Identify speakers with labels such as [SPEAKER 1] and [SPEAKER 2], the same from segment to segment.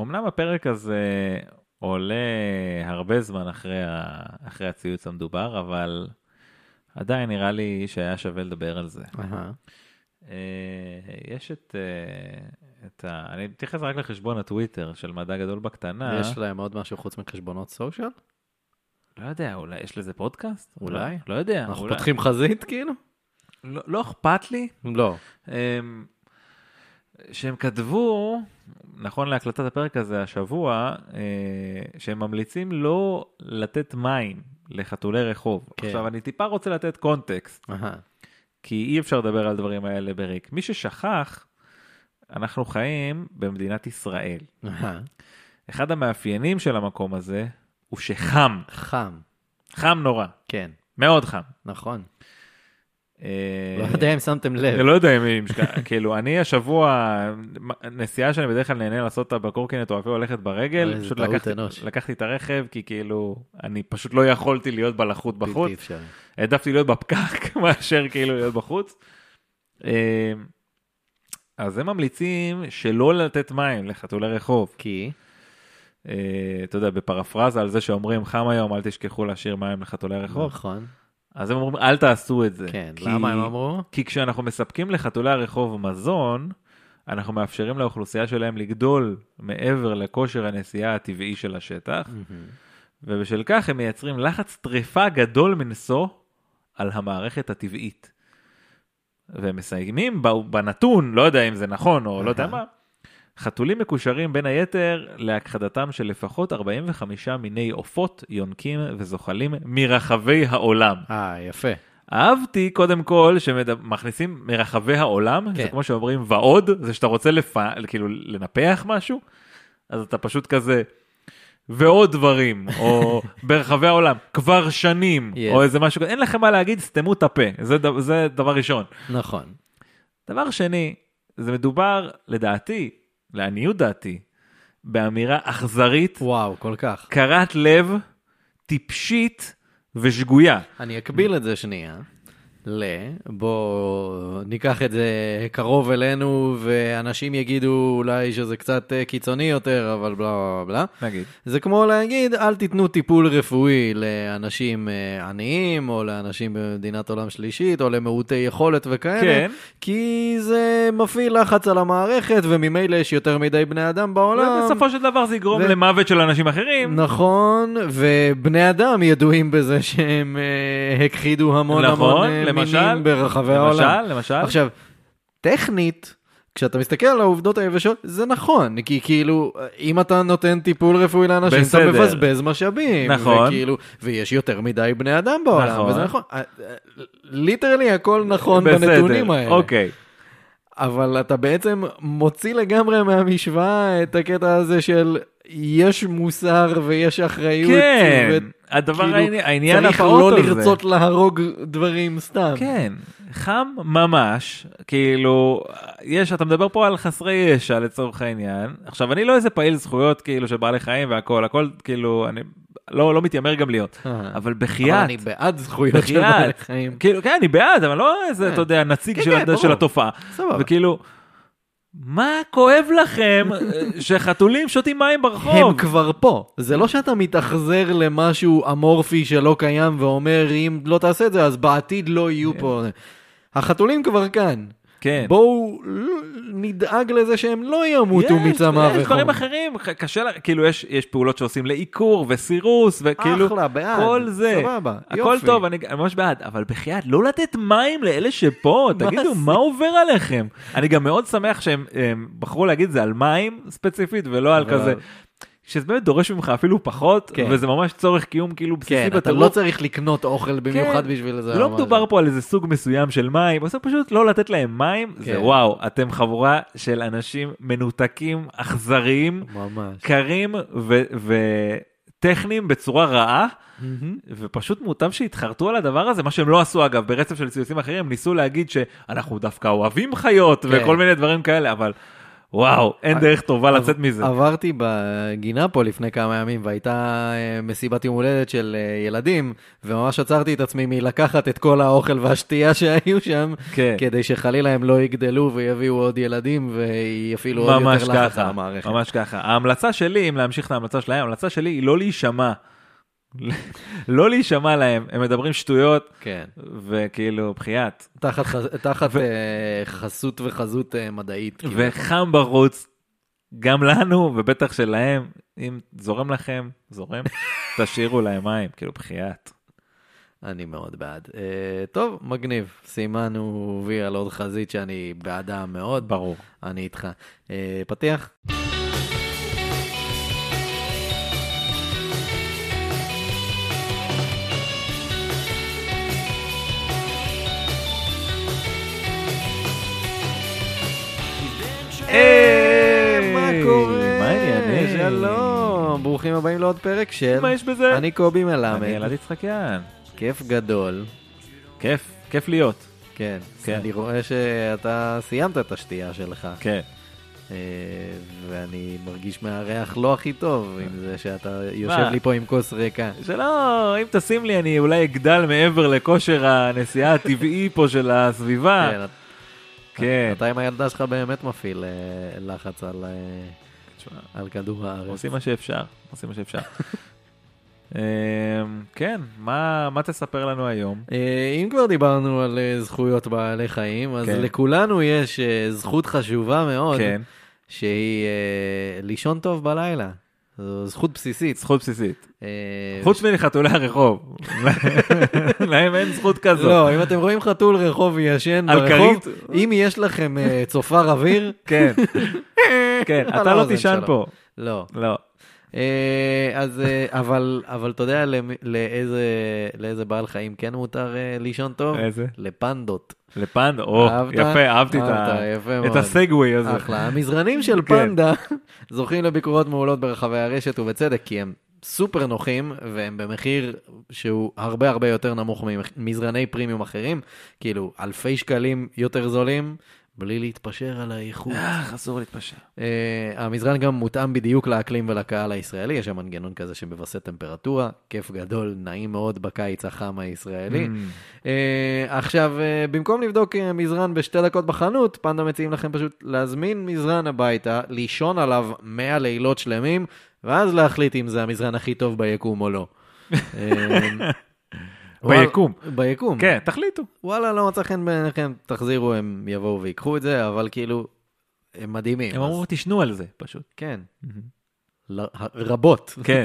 [SPEAKER 1] אמנם הפרק הזה עולה הרבה זמן אחרי, ה... אחרי הציוץ המדובר, אבל עדיין נראה לי שהיה שווה לדבר על זה.
[SPEAKER 2] אהה.
[SPEAKER 1] אה, יש את, אה, את ה... אני מתייחס רק לחשבון הטוויטר של מדע גדול בקטנה.
[SPEAKER 2] יש להם עוד משהו חוץ מחשבונות סושיאל?
[SPEAKER 1] אה, לא יודע, אולי יש לזה פודקאסט?
[SPEAKER 2] אולי.
[SPEAKER 1] לא, לא יודע.
[SPEAKER 2] אנחנו
[SPEAKER 1] אולי...
[SPEAKER 2] פותחים חזית כאילו?
[SPEAKER 1] לא, לא אכפת לי.
[SPEAKER 2] לא.
[SPEAKER 1] אמ, שהם כתבו, נכון להקלטת הפרק הזה השבוע, אה, שהם ממליצים לא לתת מים לחתולי רחוב.
[SPEAKER 2] כן.
[SPEAKER 1] עכשיו, אני טיפה רוצה לתת קונטקסט,
[SPEAKER 2] אהה.
[SPEAKER 1] כי אי אפשר לדבר על הדברים האלה בריק. מי ששכח, אנחנו חיים במדינת ישראל.
[SPEAKER 2] אהה.
[SPEAKER 1] אחד המאפיינים של המקום הזה הוא שחם,
[SPEAKER 2] חם.
[SPEAKER 1] חם נורא,
[SPEAKER 2] כן.
[SPEAKER 1] מאוד חם.
[SPEAKER 2] נכון.
[SPEAKER 1] אה,
[SPEAKER 2] לא יודע אם שמתם
[SPEAKER 1] אני
[SPEAKER 2] לב.
[SPEAKER 1] לא יודע אם- אם, שכ- כאילו, אני השבוע, נסיעה שאני בדרך כלל נהנה לעשות אותה בקורקינט או אפילו הולכת ברגל,
[SPEAKER 2] אוי, זה
[SPEAKER 1] פשוט
[SPEAKER 2] טעות
[SPEAKER 1] לקחתי-
[SPEAKER 2] אנוש.
[SPEAKER 1] לקחתי את הרכב, כי כאילו, אני פשוט לא יכולתי להיות בלחות בחוץ,
[SPEAKER 2] בלתי אפשרי.
[SPEAKER 1] העדפתי להיות בפקק מאשר כאילו להיות בחוץ. אה, אז הם ממליצים שלא לתת מים לחתולי רחוב.
[SPEAKER 2] כי?
[SPEAKER 1] אה, אתה יודע, בפרפרזה על זה שאומרים חם היום, אל תשכחו להשאיר מים לחתולי רחוב.
[SPEAKER 2] נכון.
[SPEAKER 1] אז הם אומרים, אל תעשו את זה.
[SPEAKER 2] כן.
[SPEAKER 1] כי-
[SPEAKER 2] למה הם אמרו?
[SPEAKER 1] כי כשאנחנו מספקים לחתולי הרחוב מזון, אנחנו מאפשרים לאוכלוסייה שלהם לגדול מעבר לכושר הנסיעה הטבעי של השטח,
[SPEAKER 2] מהמם.
[SPEAKER 1] ובשל כך הם מייצרים לחץ טריפה גדול מנשוא על המערכת הטבעית. והם מסיימים ב- בנתון, לא יודע אם זה נכון או לא יודע
[SPEAKER 2] אהה.
[SPEAKER 1] מה, חתולים מקושרים בין היתר להכחדתם של לפחות 45 מיני עופות, יונקים וזוחלים מרחבי העולם.
[SPEAKER 2] אה, יפה.
[SPEAKER 1] אהבתי קודם כל שמכניסים מרחבי העולם, כן.
[SPEAKER 2] כן.
[SPEAKER 1] זה כמו שאומרים ועוד, זה שאתה רוצה לפ... כאילו לנפח משהו, אז אתה פשוט כזה, ועוד דברים, או ברחבי העולם, כבר שנים,
[SPEAKER 2] Yes.
[SPEAKER 1] או איזה משהו, כזה. אין לכם מה להגיד, סתמו את הפה, זה, ד... זה דבר ראשון.
[SPEAKER 2] נכון.
[SPEAKER 1] דבר שני, זה מדובר, לדעתי, לעניות דעתי, באמירה אכזרית,
[SPEAKER 2] וואו, כל כך.
[SPEAKER 1] קרת לב, טיפשית ושגויה.
[SPEAKER 2] אני אקביל את זה שנייה. ל... בוא ניקח את זה קרוב אלינו, ואנשים יגידו אולי שזה קצת אה, קיצוני יותר, אבל בלה בלה בלה.
[SPEAKER 1] נגיד.
[SPEAKER 2] זה כמו להגיד, אל תיתנו טיפול רפואי לאנשים אה, עניים, או לאנשים במדינת עולם שלישית, או למעוטי יכולת וכאלה,
[SPEAKER 1] כן.
[SPEAKER 2] כי זה מפעיל לחץ על המערכת, וממילא יש יותר מדי בני אדם בעולם.
[SPEAKER 1] לא, בסופו של דבר זה יגרום
[SPEAKER 2] ו-
[SPEAKER 1] למוות של אנשים אחרים.
[SPEAKER 2] נכון, ובני אדם ידועים בזה שהם אה, הכחידו המון
[SPEAKER 1] נכון,
[SPEAKER 2] המון אה,
[SPEAKER 1] למשל,
[SPEAKER 2] מינים ברחבי העולם.
[SPEAKER 1] למשל, למשל.
[SPEAKER 2] עכשיו, טכנית, כשאתה מסתכל על העובדות היבשות, זה נכון, כי כאילו, אם אתה נותן טיפול רפואי לאנשים,
[SPEAKER 1] בסדר.
[SPEAKER 2] אתה מבזבז משאבים.
[SPEAKER 1] נכון.
[SPEAKER 2] וכאילו, ויש יותר מדי בני אדם בעולם,
[SPEAKER 1] נכון.
[SPEAKER 2] וזה נכון. ליטרלי הכל נכון
[SPEAKER 1] בסדר,
[SPEAKER 2] בנתונים האלה.
[SPEAKER 1] אוקיי.
[SPEAKER 2] אבל אתה בעצם מוציא לגמרי מהמשוואה את הקטע הזה של יש מוסר ויש אחריות.
[SPEAKER 1] כן,
[SPEAKER 2] ו-
[SPEAKER 1] הדבר
[SPEAKER 2] כאילו,
[SPEAKER 1] העני- העניין
[SPEAKER 2] צריך
[SPEAKER 1] הפעוט
[SPEAKER 2] לא
[SPEAKER 1] הזה.
[SPEAKER 2] לרצות להרוג דברים סתם.
[SPEAKER 1] כן, חם ממש, כאילו, יש, אתה מדבר פה על חסרי ישע לצורך העניין. עכשיו, אני לא איזה פעיל זכויות, כאילו, של בעלי חיים והכל, הכל, כאילו, אני לא לא מתיימר גם להיות,
[SPEAKER 2] אה.
[SPEAKER 1] אבל
[SPEAKER 2] אבל
[SPEAKER 1] בחייאת,
[SPEAKER 2] אני בעד זכויות של בעלי
[SPEAKER 1] בחייאת,
[SPEAKER 2] חיים.
[SPEAKER 1] כאילו, כן, אני בעד, אבל לא איזה, אתה יודע, נציג
[SPEAKER 2] כן,
[SPEAKER 1] של
[SPEAKER 2] כן,
[SPEAKER 1] הד- של
[SPEAKER 2] ברור.
[SPEAKER 1] התופעה.
[SPEAKER 2] סבבה.
[SPEAKER 1] וכאילו, מה כואב לכם אה, שחתולים שותים מים ברחוב?
[SPEAKER 2] הם כבר פה. זה לא שאתה מתאכזר למשהו אמורפי שלא קיים ואומר, אם לא תעשה את זה, אז בעתיד לא יהיו פה. החתולים כבר כאן.
[SPEAKER 1] כן.
[SPEAKER 2] בואו נדאג לזה שהם לא ימותו
[SPEAKER 1] יש,
[SPEAKER 2] מצמא
[SPEAKER 1] יש דברים
[SPEAKER 2] וחום.
[SPEAKER 1] אחרים, ח- קשה, לה- כאילו יש, יש פעולות שעושים לעיקור וסירוס וכאילו,
[SPEAKER 2] אחלה, בעד.
[SPEAKER 1] כל זה,
[SPEAKER 2] סבבה,
[SPEAKER 1] הכל
[SPEAKER 2] כאילו, יופי.
[SPEAKER 1] טוב, אני אני ממש בעד, אבל בחייאת, לא לתת מים לאלה שפה, תגידו,
[SPEAKER 2] זה?
[SPEAKER 1] מה עובר עליכם? אני גם מאוד שמח שהם הם בחרו להגיד את זה על מים ספציפית ולא על
[SPEAKER 2] אבל-
[SPEAKER 1] כזה, שזה באמת דורש ממך אפילו פחות,
[SPEAKER 2] כן.
[SPEAKER 1] וזה ממש צורך קיום כאילו בסיסי
[SPEAKER 2] כן, אתה
[SPEAKER 1] בטירוף.
[SPEAKER 2] לא צריך לקנות אוכל במיוחד
[SPEAKER 1] כן.
[SPEAKER 2] בשביל זה.
[SPEAKER 1] לא
[SPEAKER 2] ממש.
[SPEAKER 1] מדובר פה על איזה סוג מסוים של מים, זה פשוט לא לתת להם מים, זה
[SPEAKER 2] כן.
[SPEAKER 1] וואו, אתם חבורה של אנשים מנותקים, אכזריים,
[SPEAKER 2] ממש.
[SPEAKER 1] כן. קרים ו- וטכניים בצורה רעה, ופשוט מוטב שהתחרטו על הדבר הזה, מה שהם לא עשו אגב, ברצף של ציוצים אחרים, הם ניסו להגיד שאנחנו דווקא אוהבים חיות
[SPEAKER 2] כן. אה,
[SPEAKER 1] וכל מיני דברים כאלה, אבל וואו, אין דרך טובה לצאת מזה.
[SPEAKER 2] עברתי בגינה פה לפני כמה ימים, והייתה אה, מסיבת יום הולדת של אה, ילדים, וממש עצרתי את עצמי מלקחת את כל האוכל והשתייה שהיו שם,
[SPEAKER 1] כן.
[SPEAKER 2] כדי שחלילה הם לא יגדלו ויביאו עוד ילדים ויפעילו עוד
[SPEAKER 1] ממש
[SPEAKER 2] יותר לחץ על
[SPEAKER 1] ככה,
[SPEAKER 2] המערכת.
[SPEAKER 1] ממש ככה. ההמלצה שלי, אם להמשיך את ההמלצה שלהם, ההמלצה שלי היא לא להישמע. לא להישמע להם, הם מדברים שטויות,
[SPEAKER 2] כן.
[SPEAKER 1] וכאילו, בחייאת.
[SPEAKER 2] תחת, חז- תחת אה, חסות וחזות אה, מדעית. כאילו.
[SPEAKER 1] וחם בחוץ, גם לנו, ובטח שלהם, אם זורם לכם, זורם, תשאירו להם מים, כאילו, בחייאת.
[SPEAKER 2] אני מאוד בעד. אה, טוב, מגניב. סימנו וי על עוד חזית שאני בעדה מאוד.
[SPEAKER 1] ברור.
[SPEAKER 2] אני איתך. אה, פתיח.
[SPEAKER 1] היי,
[SPEAKER 2] מה קורה?
[SPEAKER 1] מה העניינים?
[SPEAKER 2] שלום, ברוכים הבאים לעוד פרק של...
[SPEAKER 1] מה יש בזה?
[SPEAKER 2] אני קובי
[SPEAKER 1] אני
[SPEAKER 2] מלמד,
[SPEAKER 1] אלעד יצחקיאן.
[SPEAKER 2] כיף גדול.
[SPEAKER 1] כיף, כיף להיות.
[SPEAKER 2] כן,
[SPEAKER 1] כן.
[SPEAKER 2] אני רואה שאתה סיימת את השתייה שלך,
[SPEAKER 1] כן.
[SPEAKER 2] אה, ואני מרגיש מהריח לא הכי טוב עם זה שאתה יושב
[SPEAKER 1] מה?
[SPEAKER 2] לי פה עם כוס ריקה.
[SPEAKER 1] שלא, לא, אם תשים לי, אני אולי אגדל מעבר לכושר הנסיעה הטבעי פה של הסביבה.
[SPEAKER 2] כן,
[SPEAKER 1] אה, כן.
[SPEAKER 2] אתה עם הילדה שלך באמת מפעיל אה, לחץ על, אה,
[SPEAKER 1] תשמע,
[SPEAKER 2] על כדור הארץ.
[SPEAKER 1] עושים מה שאפשר, עושים מה שאפשר. אמ, כן, מה מה תספר לנו היום?
[SPEAKER 2] אה, אם כבר דיברנו על אה, זכויות בעלי חיים, אז
[SPEAKER 1] כן.
[SPEAKER 2] לכולנו יש אה, זכות חשובה מאוד,
[SPEAKER 1] כן,
[SPEAKER 2] שהיא אה, לישון טוב בלילה. זו זכות בסיסית.
[SPEAKER 1] זכות בסיסית.
[SPEAKER 2] אה,
[SPEAKER 1] חוץ מלחתולי הרחוב. להם אין זכות כזאת.
[SPEAKER 2] לא, אם אתם רואים חתול רחוב ישן
[SPEAKER 1] על
[SPEAKER 2] ברחוב,
[SPEAKER 1] כרית?
[SPEAKER 2] אם יש לכם אה, צופר אוויר,
[SPEAKER 1] כן, כן,
[SPEAKER 2] על
[SPEAKER 1] אתה לא
[SPEAKER 2] האוזן
[SPEAKER 1] תישן
[SPEAKER 2] שלו.
[SPEAKER 1] פה.
[SPEAKER 2] לא.
[SPEAKER 1] לא.
[SPEAKER 2] אה, אז, אה, אבל, אבל אתה יודע למי- לאיזה, לאיזה בעל חיים כן מותר אה, לישון טוב?
[SPEAKER 1] איזה?
[SPEAKER 2] לפנדות.
[SPEAKER 1] לפנדה, או,
[SPEAKER 2] אהבת?
[SPEAKER 1] יפה, אהבתי את ה-
[SPEAKER 2] אהבת, יפה
[SPEAKER 1] את
[SPEAKER 2] מאוד.
[SPEAKER 1] הסגווי הזה.
[SPEAKER 2] אחלה. המזרנים של
[SPEAKER 1] כן.
[SPEAKER 2] פנדה זוכים לביקורות מעולות ברחבי הרשת, ובצדק, כי הם סופר נוחים, והם במחיר שהוא הרבה הרבה יותר נמוך ממזרני פרימיום אחרים, כאילו אלפי שקלים יותר זולים, בלי להתפשר על האיכות.
[SPEAKER 1] אה, אסור להתפשר.
[SPEAKER 2] Uh, המזרן גם מותאם בדיוק לאקלים ולקהל הישראלי, יש שם מנגנון כזה שמווסת טמפרטורה, כיף גדול, נעים מאוד בקיץ החם הישראלי. Mm. Uh, עכשיו, uh, במקום לבדוק uh, מזרן בשתי דקות בחנות, פנדה מציעים לכם פשוט להזמין מזרן הביתה, לישון עליו 100 לילות שלמים, ואז להחליט אם זה המזרן הכי טוב ביקום או לא. אה, וואל-
[SPEAKER 1] ביקום.
[SPEAKER 2] ביקום.
[SPEAKER 1] כן, תחליטו.
[SPEAKER 2] וואלה, לא מצא חן בעיניכם, תחזירו, הם יבואו ויקחו את זה, אבל כאילו, הם מדהימים.
[SPEAKER 1] הם
[SPEAKER 2] אז-
[SPEAKER 1] אמרו, תשנו על זה, פשוט.
[SPEAKER 2] כן. ל- רבות.
[SPEAKER 1] כן.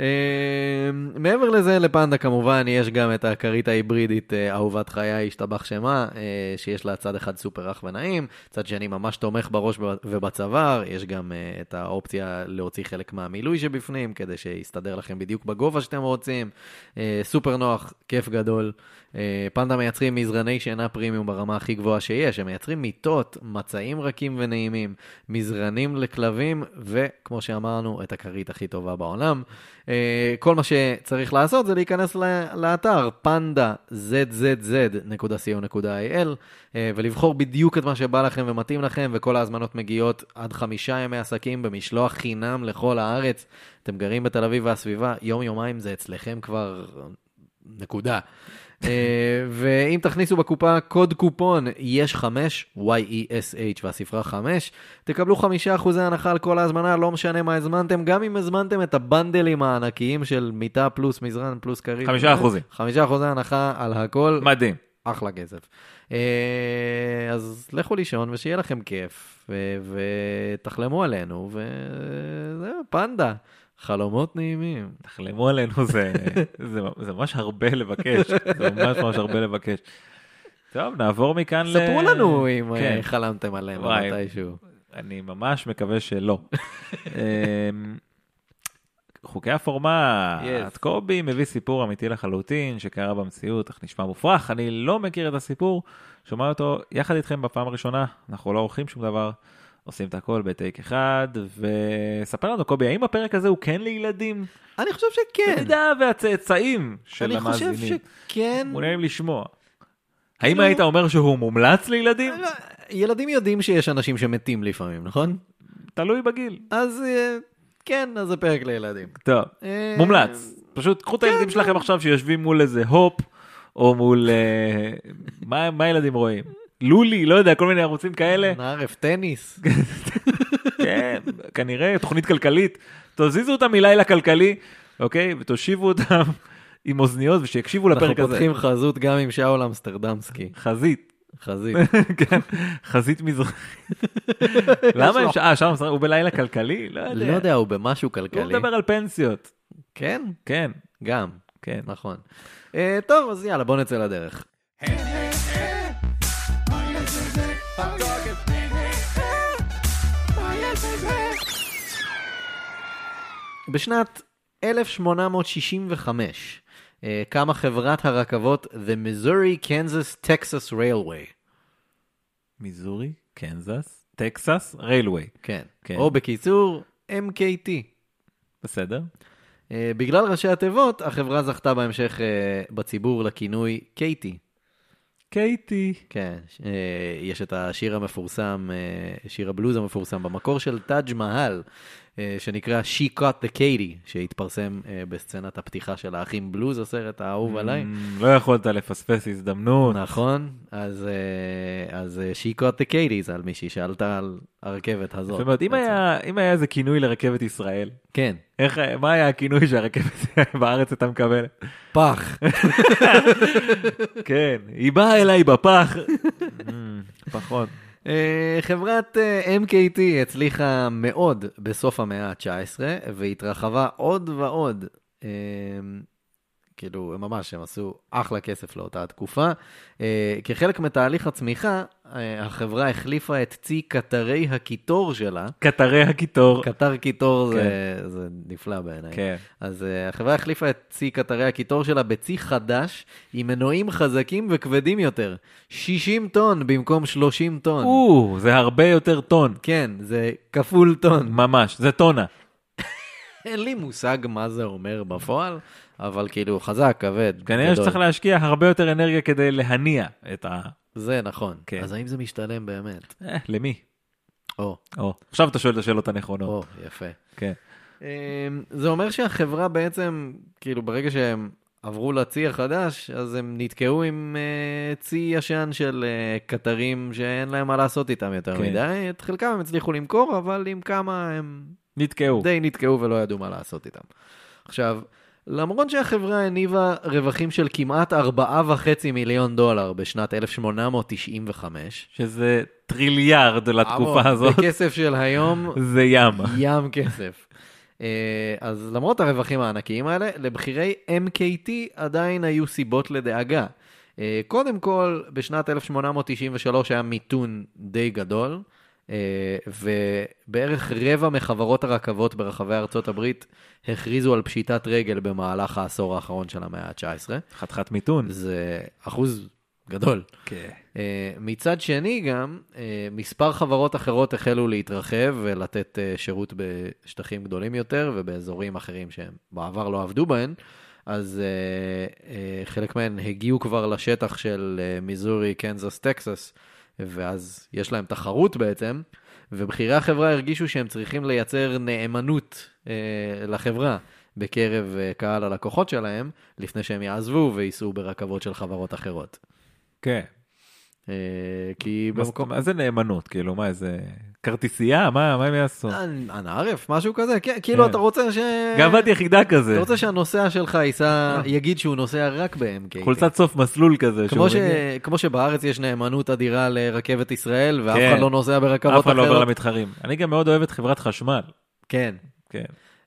[SPEAKER 2] אה, מעבר לזה, לפנדה כמובן יש גם את הכרית ההיברידית אה, אהובת חיי, השתבח שמה, אה, שיש לה צד אחד סופר רך ונעים, צד שני ממש תומך בראש וב- ובצוואר, יש גם אה, את האופציה להוציא חלק מהמילוי שבפנים, כדי שיסתדר לכם בדיוק בגובה שאתם רוצים. אה, סופר נוח, כיף גדול. אה, פנדה מייצרים מזרני שינה פרימיום ברמה הכי גבוהה שיש, הם מייצרים מיטות, מצעים רכים ונעימים, מזרנים לכלבים, וכמו שאמרנו, את הכרית הכי טובה בעולם. אה, כל מה שצריך לעשות זה להיכנס ל- לאתר panda.zzz.co.il אה, ולבחור בדיוק את מה שבא לכם ומתאים לכם, וכל ההזמנות מגיעות עד חמישה ימי עסקים במשלוח חינם לכל הארץ. אתם גרים בתל אביב והסביבה, יום-יומיים זה אצלכם כבר נקודה. אה, ואם תכניסו בקופה קוד קופון יש 5, Y-E-S-H והספרה 5, תקבלו 5% הנחה על כל ההזמנה, לא משנה מה הזמנתם, גם אם הזמנתם את הבנדלים הענקיים של מיטה פלוס מזרן פלוס כרית.
[SPEAKER 1] 5%.
[SPEAKER 2] 5% הנחה על הכל,
[SPEAKER 1] מדהים.
[SPEAKER 2] אחלה כסף. אה, אז לכו לישון ושיהיה לכם כיף, ו- ותחלמו עלינו, וזהו, פנדה, חלומות נעימים.
[SPEAKER 1] תחלמו עלינו, זה, זה, זה ממש הרבה לבקש, זה ממש ממש הרבה לבקש. טוב, נעבור מכאן ל...
[SPEAKER 2] ספרו לנו אם
[SPEAKER 1] כן.
[SPEAKER 2] אה, חלמתם עלינו
[SPEAKER 1] וואי.
[SPEAKER 2] מתישהו.
[SPEAKER 1] אני ממש מקווה שלא. אמ, חוקי הפורמט,
[SPEAKER 2] Yes.
[SPEAKER 1] קובי מביא סיפור אמיתי לחלוטין שקרה במציאות, אך נשמע מופרך, אני לא מכיר את הסיפור, שומע אותו יחד איתכם בפעם הראשונה, אנחנו לא עורכים שום דבר, עושים את הכל בטייק אחד, וספר לנו קובי, האם הפרק הזה הוא כן לילדים?
[SPEAKER 2] אני חושב
[SPEAKER 1] כן.
[SPEAKER 2] שכן.
[SPEAKER 1] והצאצאים של
[SPEAKER 2] אני חושב
[SPEAKER 1] המאזינים.
[SPEAKER 2] שכן.
[SPEAKER 1] מעוניינים לשמוע. האם
[SPEAKER 2] כאילו- לא-
[SPEAKER 1] היית אומר שהוא מומלץ לילדים?
[SPEAKER 2] ילדים יודעים שיש אנשים שמתים לפעמים, נכון?
[SPEAKER 1] תלוי בגיל.
[SPEAKER 2] אז אה, כן, אז זה פרק לילדים.
[SPEAKER 1] טוב,
[SPEAKER 2] אה, כן,
[SPEAKER 1] מומלץ. פשוט קחו את הילדים שלכם עכשיו שיושבים מול איזה הופ, או מול... אה, מה מה הילדים רואים? לולי, לא יודע, כל מיני ערוצים כאלה.
[SPEAKER 2] נערף טניס.
[SPEAKER 1] כן, כנראה, תוכנית כלכלית. תזיזו אותם מלילה כלכלי, אוקיי? ותושיבו אותם עם אוזניות ושיקשיבו
[SPEAKER 2] אנחנו
[SPEAKER 1] לפרק הזה.
[SPEAKER 2] פותחים חזות גם עם שאול אמסטרדמסקי.
[SPEAKER 1] חזית,
[SPEAKER 2] חזית.
[SPEAKER 1] כן, חזית מזרחית. למה הם... ש- אה, שם הוא בלילה כלכלי? לא יודע.
[SPEAKER 2] לא יודע, הוא במשהו
[SPEAKER 1] הוא
[SPEAKER 2] כלכלי.
[SPEAKER 1] מדבר על פנסיות.
[SPEAKER 2] כן,
[SPEAKER 1] כן,
[SPEAKER 2] גם,
[SPEAKER 1] כן.
[SPEAKER 2] נכון. אה, טוב, אז יאללה, בוא נצא לדרך. בשנת 1865 אה, קמה חברת הרכבות The Missouri Kansas Texas Railway.
[SPEAKER 1] מיזורי, קנזס, טקסס, ריילווי.
[SPEAKER 2] כן.
[SPEAKER 1] כן.
[SPEAKER 2] או בקיצור, MKT.
[SPEAKER 1] בסדר?
[SPEAKER 2] אה, בגלל ראשי התיבות, החברה זכתה בהמשך אה, בציבור לכינוי קייטי.
[SPEAKER 1] קייטי.
[SPEAKER 2] כן, אה, יש את השיר המפורסם, אה, שיר הבלוז המפורסם במקור של תאג' מהל, אה, שנקרא She Caught the Katie, שהתפרסם אה, בסצנת הפתיחה של האחים בלוז, הסרט האהוב עליי.
[SPEAKER 1] Mm, לא יכולת לפספס הזדמנות.
[SPEAKER 2] נכון, אז, אה, אז אה, She Caught the Katie זה על מישהי שעלתה על הרכבת הזאת.
[SPEAKER 1] זאת אומרת, אם
[SPEAKER 2] בעצם.
[SPEAKER 1] היה- אם היה איזה כינוי לרכבת ישראל,
[SPEAKER 2] כן,
[SPEAKER 1] איך, מה היה הכינוי שהרכבת בארץ הייתה מקבלת?
[SPEAKER 2] פח.
[SPEAKER 1] כן, היא באה אליי בפח. Mm, פחות.
[SPEAKER 2] אה, חברת אה, MKT הצליחה מאוד בסוף המאה ה-19, והתרחבה עוד ועוד. אה, כאילו, הם ממש, הם עשו אחלה כסף לאותה התקופה. אה, כחלק מתהליך הצמיחה, אה, החברה החליפה את צי קטרי הקיטור שלה.
[SPEAKER 1] קטרי הקיטור.
[SPEAKER 2] קטר קיטור זה, זה נפלא בעיניי.
[SPEAKER 1] כן.
[SPEAKER 2] אז אה, החברה החליפה את צי קטרי הקיטור שלה בצי חדש, עם מנועים חזקים וכבדים יותר. 60 טון במקום 30 טון.
[SPEAKER 1] או, זה הרבה יותר טון.
[SPEAKER 2] כן, זה כפול טון.
[SPEAKER 1] ממש, זה טונה.
[SPEAKER 2] אין לי מושג מה זה אומר בפועל, אבל כאילו חזק, כבד.
[SPEAKER 1] כנראה
[SPEAKER 2] גדול.
[SPEAKER 1] שצריך להשקיע הרבה יותר אנרגיה כדי להניע את ה...
[SPEAKER 2] זה נכון.
[SPEAKER 1] כן.
[SPEAKER 2] אז האם זה משתלם באמת?
[SPEAKER 1] אה, למי?
[SPEAKER 2] או,
[SPEAKER 1] או, עכשיו אתה שואל את השאלות הנכונות.
[SPEAKER 2] או, יפה.
[SPEAKER 1] כן.
[SPEAKER 2] אמ, זה אומר שהחברה בעצם, כאילו ברגע שהם עברו לצי החדש, אז הם נתקעו עם אה, צי ישן של אה, קטרים שאין להם מה לעשות איתם יותר
[SPEAKER 1] כן.
[SPEAKER 2] מדי. את חלקם הם הצליחו למכור, אבל עם כמה הם
[SPEAKER 1] נתקעו.
[SPEAKER 2] די נתקעו ולא ידעו מה לעשות איתם. עכשיו, למרות שהחברה הניבה רווחים של כמעט 4.5 מיליון דולר בשנת 1895,
[SPEAKER 1] שזה טריליארד לתקופה
[SPEAKER 2] אמור,
[SPEAKER 1] הזאת.
[SPEAKER 2] בכסף של היום,
[SPEAKER 1] זה ים.
[SPEAKER 2] ים כסף. אה, אז למרות הרווחים הענקיים האלה, לבכירי MKT עדיין היו סיבות לדאגה. אה, קודם כל, בשנת 1893 היה מיתון די גדול, אה, ובערך רבע מחברות הרכבות ברחבי ארצות הברית הכריזו על פשיטת רגל במהלך העשור האחרון של המאה ה-19.
[SPEAKER 1] חתיכת מיתון.
[SPEAKER 2] זה אחוז גדול.
[SPEAKER 1] כן.
[SPEAKER 2] אה, מצד שני גם, אה, מספר חברות אחרות החלו להתרחב ולתת אה, שירות בשטחים גדולים יותר ובאזורים אחרים שהם בעבר לא עבדו בהן, אז אה, אה, חלק מהן הגיעו כבר לשטח של אה, מיזורי, קנזס, טקסס, ואז יש להם תחרות בעצם, ובכירי החברה הרגישו שהם צריכים לייצר נאמנות אה, לחברה. בקרב אה, קהל הלקוחות שלהם, לפני שהם יעזבו וייסעו ברכבות של חברות אחרות.
[SPEAKER 1] כן.
[SPEAKER 2] אה, כי
[SPEAKER 1] מה
[SPEAKER 2] במקום...
[SPEAKER 1] זאת- מה זה נאמנות? כאילו, מה, זה כרטיסייה? מה מה הם יעשו?
[SPEAKER 2] אה, אנא ערף, משהו כזה, כן, כאילו
[SPEAKER 1] כן.
[SPEAKER 2] אתה רוצה ש...
[SPEAKER 1] גאוות יחידה כזה.
[SPEAKER 2] אתה רוצה שהנוסע שלך ייסע, יגיד שהוא נוסע רק ב-MK.
[SPEAKER 1] אה. חולצת סוף מסלול כזה.
[SPEAKER 2] כמו, ש...
[SPEAKER 1] שהוא מגיע.
[SPEAKER 2] כמו שבארץ יש נאמנות אדירה לרכבת ישראל, ואף
[SPEAKER 1] כן.
[SPEAKER 2] אחד לא נוסע ברכבות
[SPEAKER 1] אף אחד לא
[SPEAKER 2] אחרות.
[SPEAKER 1] עובר למתחרים. אני גם מאוד אוהב את חברת חשמל.
[SPEAKER 2] כן.
[SPEAKER 1] כן.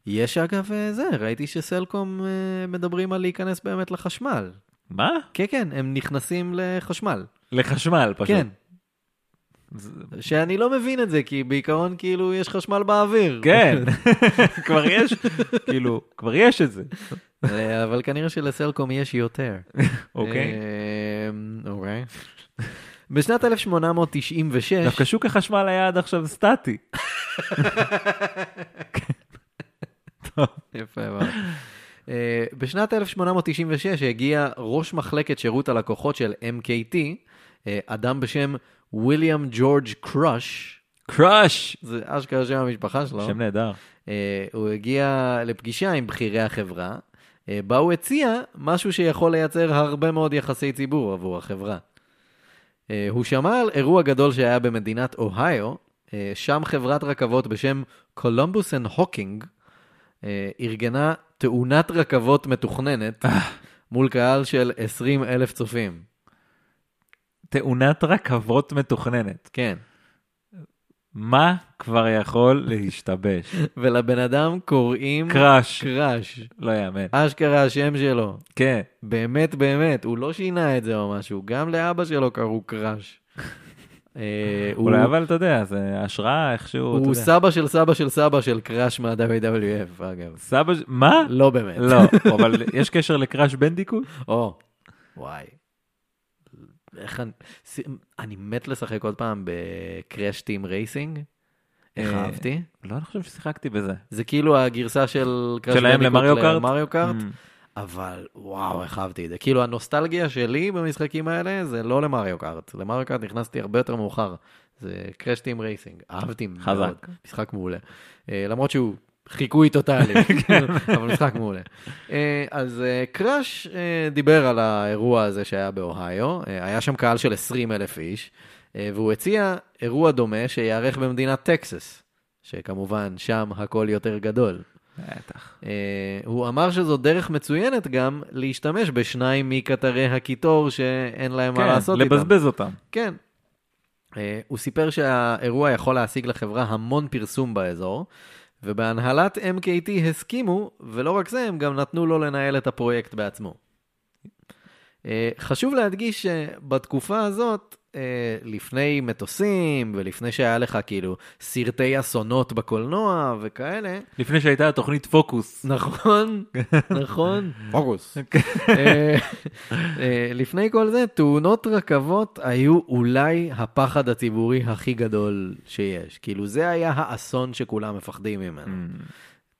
[SPEAKER 2] יש אגב אה, זה, ראיתי שסלקום אה, מדברים על להיכנס באמת לחשמל.
[SPEAKER 1] מה?
[SPEAKER 2] כן, כן, הם נכנסים לחשמל.
[SPEAKER 1] לחשמל פשוט.
[SPEAKER 2] כן.
[SPEAKER 1] זה-
[SPEAKER 2] שאני לא מבין את זה, כי בעיקרון כאילו יש חשמל באוויר.
[SPEAKER 1] כן. כבר יש, כאילו, כבר יש את זה.
[SPEAKER 2] אה, אבל כנראה שלסלקום יש יותר.
[SPEAKER 1] אוקיי.
[SPEAKER 2] אמ, אוקיי. בשנת 1896,
[SPEAKER 1] דווקא שוק החשמל היה עד עכשיו סטטי.
[SPEAKER 2] יפה מאוד. אה, בשנת 1896 הגיע ראש מחלקת שירות הלקוחות של MKT, אה, אדם בשם ויליאם ג'ורג' קראש,
[SPEAKER 1] קראש!
[SPEAKER 2] זה אשכרה שם המשפחה שלו.
[SPEAKER 1] שם נהדר.
[SPEAKER 2] אה, הוא הגיע לפגישה עם בכירי החברה, אה, בה הוא הציע משהו שיכול לייצר הרבה מאוד יחסי ציבור עבור החברה. אה, הוא שמע על אירוע גדול שהיה במדינת אוהיו, אה, שם חברת רכבות בשם קולומבוס אנד הוקינג אה, ארגנה תאונת רכבות מתוכננת מול קהל של 20 אלף צופים.
[SPEAKER 1] תאונת רכבות מתוכננת.
[SPEAKER 2] כן.
[SPEAKER 1] מה כבר יכול להשתבש?
[SPEAKER 2] ולבן אדם קוראים
[SPEAKER 1] קראש.
[SPEAKER 2] קראש.
[SPEAKER 1] לא יאמן.
[SPEAKER 2] אשכרה השם שלו.
[SPEAKER 1] כן.
[SPEAKER 2] באמת, באמת, הוא לא שינה את זה או משהו, גם לאבא שלו קראו קראש. אה, הוא-
[SPEAKER 1] אולי אבל אתה יודע, זה השראה איכשהו, אתה
[SPEAKER 2] הוא
[SPEAKER 1] יודע.
[SPEAKER 2] סבא של סבא של סבא של קראש מה-WWF, אגב.
[SPEAKER 1] סבא... ש- מה?
[SPEAKER 2] לא באמת.
[SPEAKER 1] לא, אבל יש קשר לקראש בנדיקוט?
[SPEAKER 2] או, וואי. איך אני... ס- אני מת לשחק עוד פעם בקראש טים רייסינג. איך
[SPEAKER 1] אה,
[SPEAKER 2] אהבתי.
[SPEAKER 1] לא, אני חושב ששיחקתי בזה.
[SPEAKER 2] זה כאילו הגרסה של קראש
[SPEAKER 1] שלהם
[SPEAKER 2] בנדיקוט
[SPEAKER 1] למריו קארט?
[SPEAKER 2] למריו קארט,
[SPEAKER 1] Mm.
[SPEAKER 2] אבל וואו, איך אהבתי את זה. כאילו, הנוסטלגיה שלי במשחקים האלה זה לא למריו קארט. למריו קארט נכנסתי הרבה יותר מאוחר. זה קראש טים רייסינג, אהבתי מאוד.
[SPEAKER 1] חזק.
[SPEAKER 2] משחק מעולה. אה, למרות שהוא חיקוי טוטאלי, אבל משחק מעולה. אה, אז אה, קראש אה, דיבר על האירוע הזה שהיה באוהיו, אה, היה שם קהל של 20 אלף איש, אה, והוא הציע אירוע דומה שייערך במדינת טקסס, שכמובן שם הכל יותר גדול.
[SPEAKER 1] בטח.
[SPEAKER 2] אה, הוא אמר שזו דרך מצוינת גם להשתמש בשניים מקטרי הקיטור שאין להם מה
[SPEAKER 1] כן,
[SPEAKER 2] לעשות איתם.
[SPEAKER 1] לבזבז אותם.
[SPEAKER 2] כן. אה, הוא סיפר שהאירוע יכול להשיג לחברה המון פרסום באזור, ובהנהלת MKT הסכימו, ולא רק זה, הם גם נתנו לו לנהל את הפרויקט בעצמו. אה, חשוב להדגיש שבתקופה הזאת, אה, לפני מטוסים, ולפני שהיה לך כאילו סרטי אסונות בקולנוע וכאלה,
[SPEAKER 1] לפני שהייתה התוכנית פוקוס. כן.
[SPEAKER 2] נכון, נכון. פוקוס. לפני כל זה, תאונות רכבות היו אולי הפחד הציבורי הכי גדול שיש. כאילו, זה היה האסון שכולם מפחדים ממנו.
[SPEAKER 1] אמ,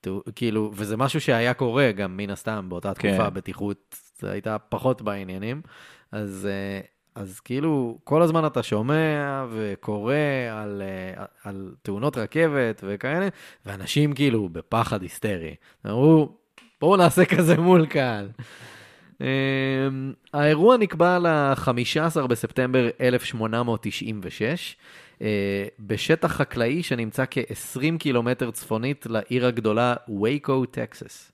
[SPEAKER 2] תאו- כאילו, וזה משהו שהיה קורה גם, מן הסתם, באותה
[SPEAKER 1] כן.
[SPEAKER 2] תקופה, הבטיחות זה הייתה פחות בעניינים. אז... אה, אז כאילו, כל הזמן אתה שומע וקורא על, אה, על תאונות רכבת וכאלה, ואנשים כאילו בפחד היסטרי. אמרו, בואו נעשה כזה מול קהל. אמ, האירוע נקבע ל-15 בספטמבר 1896, אה, בשטח חקלאי שנמצא כ-20 קילומטר צפונית לעיר הגדולה וייקו, טקסס.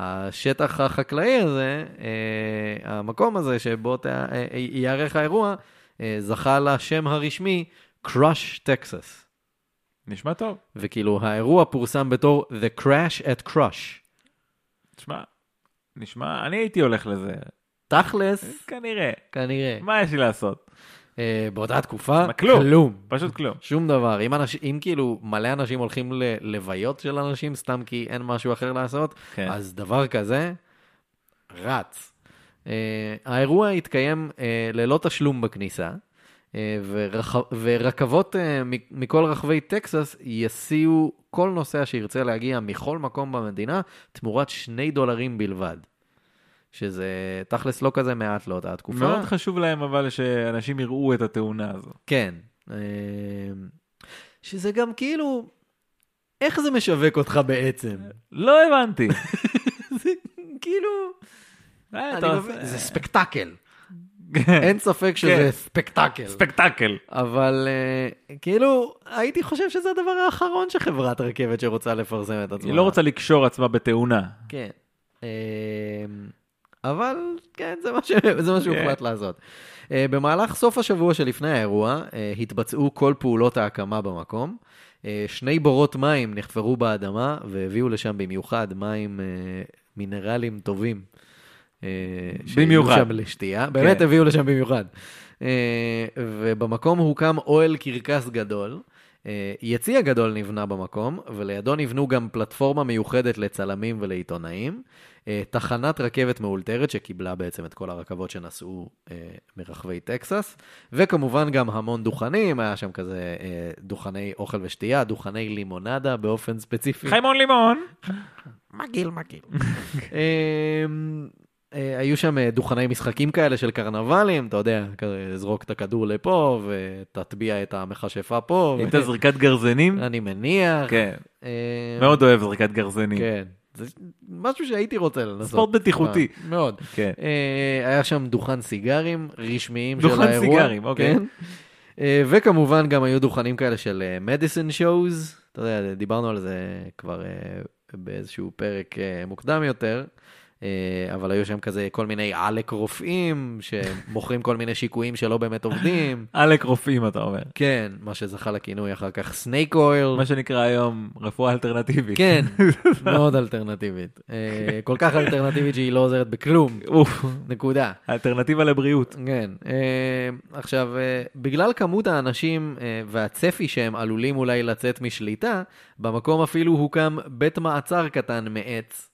[SPEAKER 2] השטח החקלאי הזה, אה, המקום הזה שבו ת- אה, אה, ייערך האירוע, אה, זכה לשם הרשמי Crush טקסס.
[SPEAKER 1] נשמע טוב.
[SPEAKER 2] וכאילו האירוע פורסם בתור The Crash at Crush.
[SPEAKER 1] נשמע, נשמע, אני הייתי הולך לזה. אה?
[SPEAKER 2] תכלס,
[SPEAKER 1] כנראה.
[SPEAKER 2] כנראה.
[SPEAKER 1] מה יש לי לעשות?
[SPEAKER 2] אה, באותה תקופה,
[SPEAKER 1] מה, כלום.
[SPEAKER 2] כלום.
[SPEAKER 1] פשוט כלום.
[SPEAKER 2] שום דבר. אם, אנש... אם כאילו מלא אנשים הולכים ללוויות של אנשים סתם כי אין משהו אחר לעשות,
[SPEAKER 1] כן.
[SPEAKER 2] אז דבר כזה, רץ. Uh, האירוע התקיים uh, ללא תשלום בכניסה, uh, ורח... ורכבות uh, מכל רחבי טקסס יסיעו כל נוסע שירצה להגיע מכל מקום במדינה תמורת שני דולרים בלבד. שזה תכלס לא כזה מעט לאותה התקופה.
[SPEAKER 1] מאוד חשוב להם אבל שאנשים יראו את התאונה הזו.
[SPEAKER 2] כן. אה, שזה גם כאילו, איך זה משווק אותך בעצם?
[SPEAKER 1] לא הבנתי.
[SPEAKER 2] זה כאילו,
[SPEAKER 1] אה,
[SPEAKER 2] אני לא
[SPEAKER 1] אתה עושה-
[SPEAKER 2] מבין, זה ספקטקל.
[SPEAKER 1] כן.
[SPEAKER 2] אין ספק שזה
[SPEAKER 1] כן.
[SPEAKER 2] ספקטקל.
[SPEAKER 1] ספקטקל.
[SPEAKER 2] אבל אה, כאילו, הייתי חושב שזה הדבר האחרון שחברת רכבת שרוצה לפרסם את עצמה.
[SPEAKER 1] היא לא רוצה לקשור עצמה בתאונה.
[SPEAKER 2] כן. אה, אבל כן, זה מה, ש... זה מה שהוחלט לעשות. אה, במהלך סוף השבוע שלפני האירוע, אה, התבצעו כל פעולות ההקמה במקום. אה, שני בורות מים נחפרו באדמה והביאו לשם במיוחד מים אה, מינרלים טובים. אה, שהביאו
[SPEAKER 1] במיוחד.
[SPEAKER 2] שם לשתייה, באמת הביאו לשם במיוחד. אה, ובמקום הוקם אוהל קרקס גדול. אה, יציע גדול נבנה במקום, ולידו נבנו גם פלטפורמה מיוחדת לצלמים ולעיתונאים, אה, תחנת רכבת מאולתרת שקיבלה בעצם את כל הרכבות שנסעו אה, מרחבי טקסס, וכמובן גם המון דוכנים, היה שם כזה אה, דוכני אוכל ושתייה, דוכני לימונדה באופן ספציפי.
[SPEAKER 1] חיימון לימון.
[SPEAKER 2] מגעיל, מגעיל. אמ, אה, היו שם אה, דוכני משחקים כאלה של קרנבלים, אתה יודע, כזה, זרוק את הכדור לפה ותטביע את המכשפה פה. ו-
[SPEAKER 1] הייתה זריקת גרזנים?
[SPEAKER 2] אני מניח.
[SPEAKER 1] כן,
[SPEAKER 2] אמ,
[SPEAKER 1] מאוד אוהב זריקת גרזנים.
[SPEAKER 2] אה, כן. זה משהו שהייתי רוצה לנסות.
[SPEAKER 1] ספורט בטיחותי.
[SPEAKER 2] אה, מאוד.
[SPEAKER 1] כן.
[SPEAKER 2] אה, היה שם דוכן סיגרים רשמיים של
[SPEAKER 1] דוכן
[SPEAKER 2] האירוע.
[SPEAKER 1] סיגרים, אוקיי.
[SPEAKER 2] כן. אה, וכמובן גם היו דוכנים כאלה של מדיסן שואוז, אתה יודע, דיברנו על זה כבר אה, באיזשהו פרק אה, מוקדם יותר, אה, אבל היו שם כזה כל מיני עלק רופאים שמוכרים כל מיני שיקויים שלא באמת עובדים.
[SPEAKER 1] עלק רופאים אתה אומר.
[SPEAKER 2] כן, מה שזכה לכינוי אחר כך סנייק אויל.
[SPEAKER 1] מה שנקרא היום רפואה אלטרנטיבית.
[SPEAKER 2] כן, מאוד אלטרנטיבית. אה, כל כך אלטרנטיבית שהיא לא עוזרת בכלום.
[SPEAKER 1] אוף,
[SPEAKER 2] נקודה.
[SPEAKER 1] האלטרנטיבה לבריאות.
[SPEAKER 2] כן. אה, עכשיו, אה, בגלל כמות האנשים אה, והצפי שהם עלולים אולי לצאת משליטה, במקום אפילו הוקם בית מעצר קטן מעץ.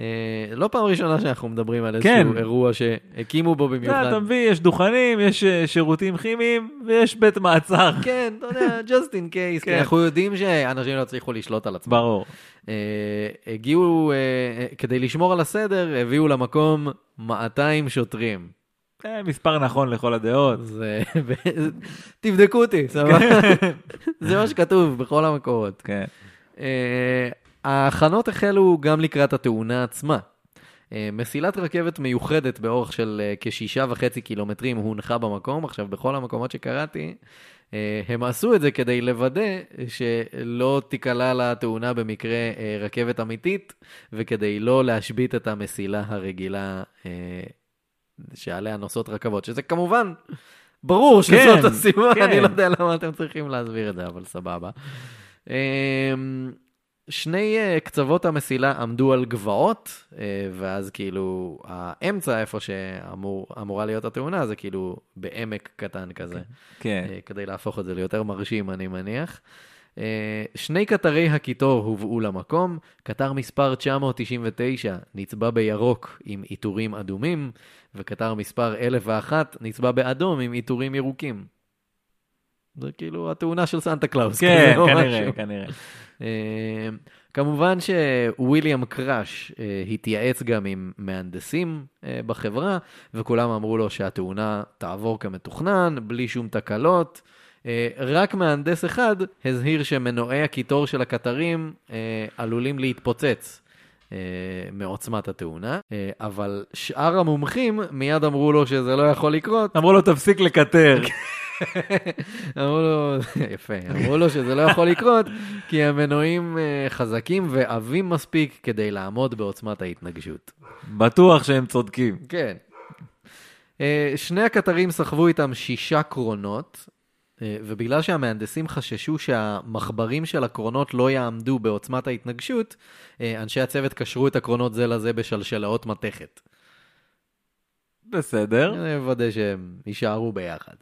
[SPEAKER 2] אה, לא פעם ראשונה שאנחנו מדברים על איזשהו
[SPEAKER 1] כן.
[SPEAKER 2] אירוע שהקימו בו
[SPEAKER 1] אתה יודע,
[SPEAKER 2] במיוחד.
[SPEAKER 1] אתה מבין, יש דוכנים, יש אה, שירותים כימיים ויש בית מעצר.
[SPEAKER 2] כן, אתה יודע, just in case, כי
[SPEAKER 1] כן.
[SPEAKER 2] אנחנו יודעים שאנשים לא יצליחו לשלוט על עצמם.
[SPEAKER 1] ברור.
[SPEAKER 2] אה, הגיעו, אה, אה, כדי לשמור על הסדר, הביאו למקום 200 שוטרים.
[SPEAKER 1] אה, מספר נכון לכל הדעות.
[SPEAKER 2] זה... אה, תבדקו אותי, סבבה? זה מה שכתוב בכל המקורות.
[SPEAKER 1] כן.
[SPEAKER 2] אה, ההכנות החלו גם לקראת התאונה עצמה. אה, מסילת רכבת מיוחדת באורך של אה, כשישה וחצי קילומטרים הונחה במקום. עכשיו, בכל המקומות שקראתי, אה, הם עשו את זה כדי לוודא שלא תיקלע לתאונה במקרה אה, רכבת אמיתית, וכדי לא להשבית את המסילה הרגילה אה, שעליה נוסעות רכבות, שזה כמובן... ברור שזאת
[SPEAKER 1] כן,
[SPEAKER 2] הסיבה,
[SPEAKER 1] כן.
[SPEAKER 2] אני לא יודע למה אתם צריכים להסביר את זה, אבל סבבה. אמ, שני אה, קצוות המסילה עמדו על גבעות, אה, ואז כאילו האמצע איפה שאמורה להיות התאונה זה כאילו בעמק קטן כזה,
[SPEAKER 1] כן.
[SPEAKER 2] אה, כדי להפוך את זה ליותר מרשים אני מניח. אה, שני קטרי הקיטור הובאו למקום, קטר מספר 999 נצבע בירוק עם עיטורים אדומים, וקטר מספר 1001 נצבע באדום עם עיטורים ירוקים. זה כאילו התאונה של סנטה קלאוס.
[SPEAKER 1] כן,
[SPEAKER 2] כזה, או לא משהו.
[SPEAKER 1] כנראה, כנראה.
[SPEAKER 2] אה, כמובן שוויליאם קראש אה, התייעץ גם עם מהנדסים אה, בחברה, וכולם אמרו לו שהתאונה תעבור כמתוכנן, בלי שום תקלות. אה, רק מהנדס אחד הזהיר שמנועי הקיטור של הקטרים אה, עלולים להתפוצץ. אה, מעוצמת התאונה, אה, אבל שאר המומחים מיד אמרו לו שזה לא יכול לקרות,
[SPEAKER 1] אמרו לו תפסיק לקטר.
[SPEAKER 2] אמרו לו, יפה, אמרו לו שזה לא יכול לקרות, כי המנועים אה, חזקים ועבים מספיק כדי לעמוד בעוצמת ההתנגשות.
[SPEAKER 1] בטוח שהם צודקים.
[SPEAKER 2] כן. אה, שני הקטרים סחבו איתם שישה קרונות, אה, ובגלל שהמהנדסים חששו שהמחברים של הקרונות לא יעמדו בעוצמת ההתנגשות, אה, אנשי הצוות קשרו את הקרונות זה לזה בשלשלאות מתכת.
[SPEAKER 1] בסדר.
[SPEAKER 2] אני מוודא שהם יישארו ביחד.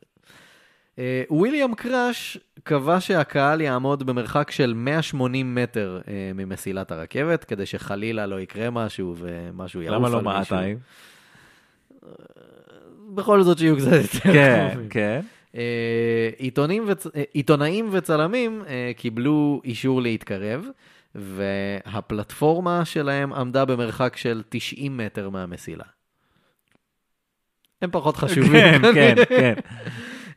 [SPEAKER 2] אה, וויליאם קראש קבע שהקהל יעמוד במרחק של 180 מטר אה, ממסילת הרכבת, כדי שחלילה לא יקרה משהו ומשהו אה, יעוף על
[SPEAKER 1] למה
[SPEAKER 2] מישהו.
[SPEAKER 1] לא מעתיים?
[SPEAKER 2] בכל זאת שיהיו קצת יותר
[SPEAKER 1] כן,
[SPEAKER 2] קרובים.
[SPEAKER 1] כן.
[SPEAKER 2] אה, עיתונים וצ... אה, עיתונאים וצלמים אה, קיבלו אישור להתקרב, והפלטפורמה שלהם עמדה במרחק של 90 מטר מהמסילה. הם פחות חשובים.
[SPEAKER 1] כן, כן, כן.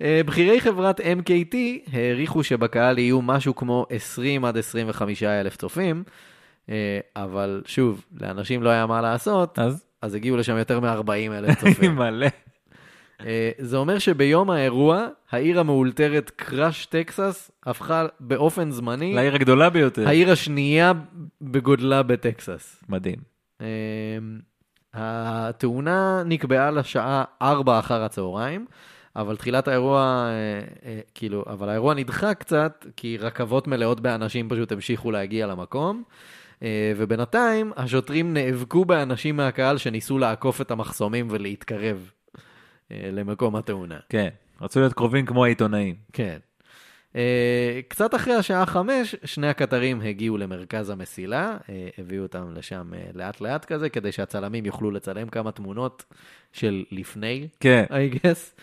[SPEAKER 2] אה, בכירי חברת MKT העריכו שבקהל יהיו משהו כמו 20 עד 25 אלף צופים, אה, אבל שוב, לאנשים לא היה מה לעשות,
[SPEAKER 1] אז
[SPEAKER 2] אז הגיעו לשם יותר מ-40 אלף צופים.
[SPEAKER 1] מלא.
[SPEAKER 2] אה, זה אומר שביום האירוע, העיר המאולתרת קראש טקסס הפכה באופן זמני
[SPEAKER 1] לעיר הגדולה ביותר.
[SPEAKER 2] העיר השנייה בגודלה בטקסס.
[SPEAKER 1] מדהים.
[SPEAKER 2] אה, התאונה נקבעה לשעה 4 אחר הצהריים, אבל תחילת האירוע, אה, אה, כאילו, אבל האירוע נדחה קצת, כי רכבות מלאות באנשים פשוט המשיכו להגיע למקום. אה, ובינתיים, השוטרים נאבקו באנשים מהקהל שניסו לעקוף את המחסומים ולהתקרב אה, למקום התאונה.
[SPEAKER 1] כן. רצו להיות קרובים כמו העיתונאים.
[SPEAKER 2] כן. אה, קצת אחרי השעה חמש, שני הקטרים הגיעו למרכז המסילה, אה, הביאו אותם לשם אה, לאט-לאט כזה, כדי שהצלמים יוכלו לצלם כמה תמונות של לפני,
[SPEAKER 1] כן.
[SPEAKER 2] I guess.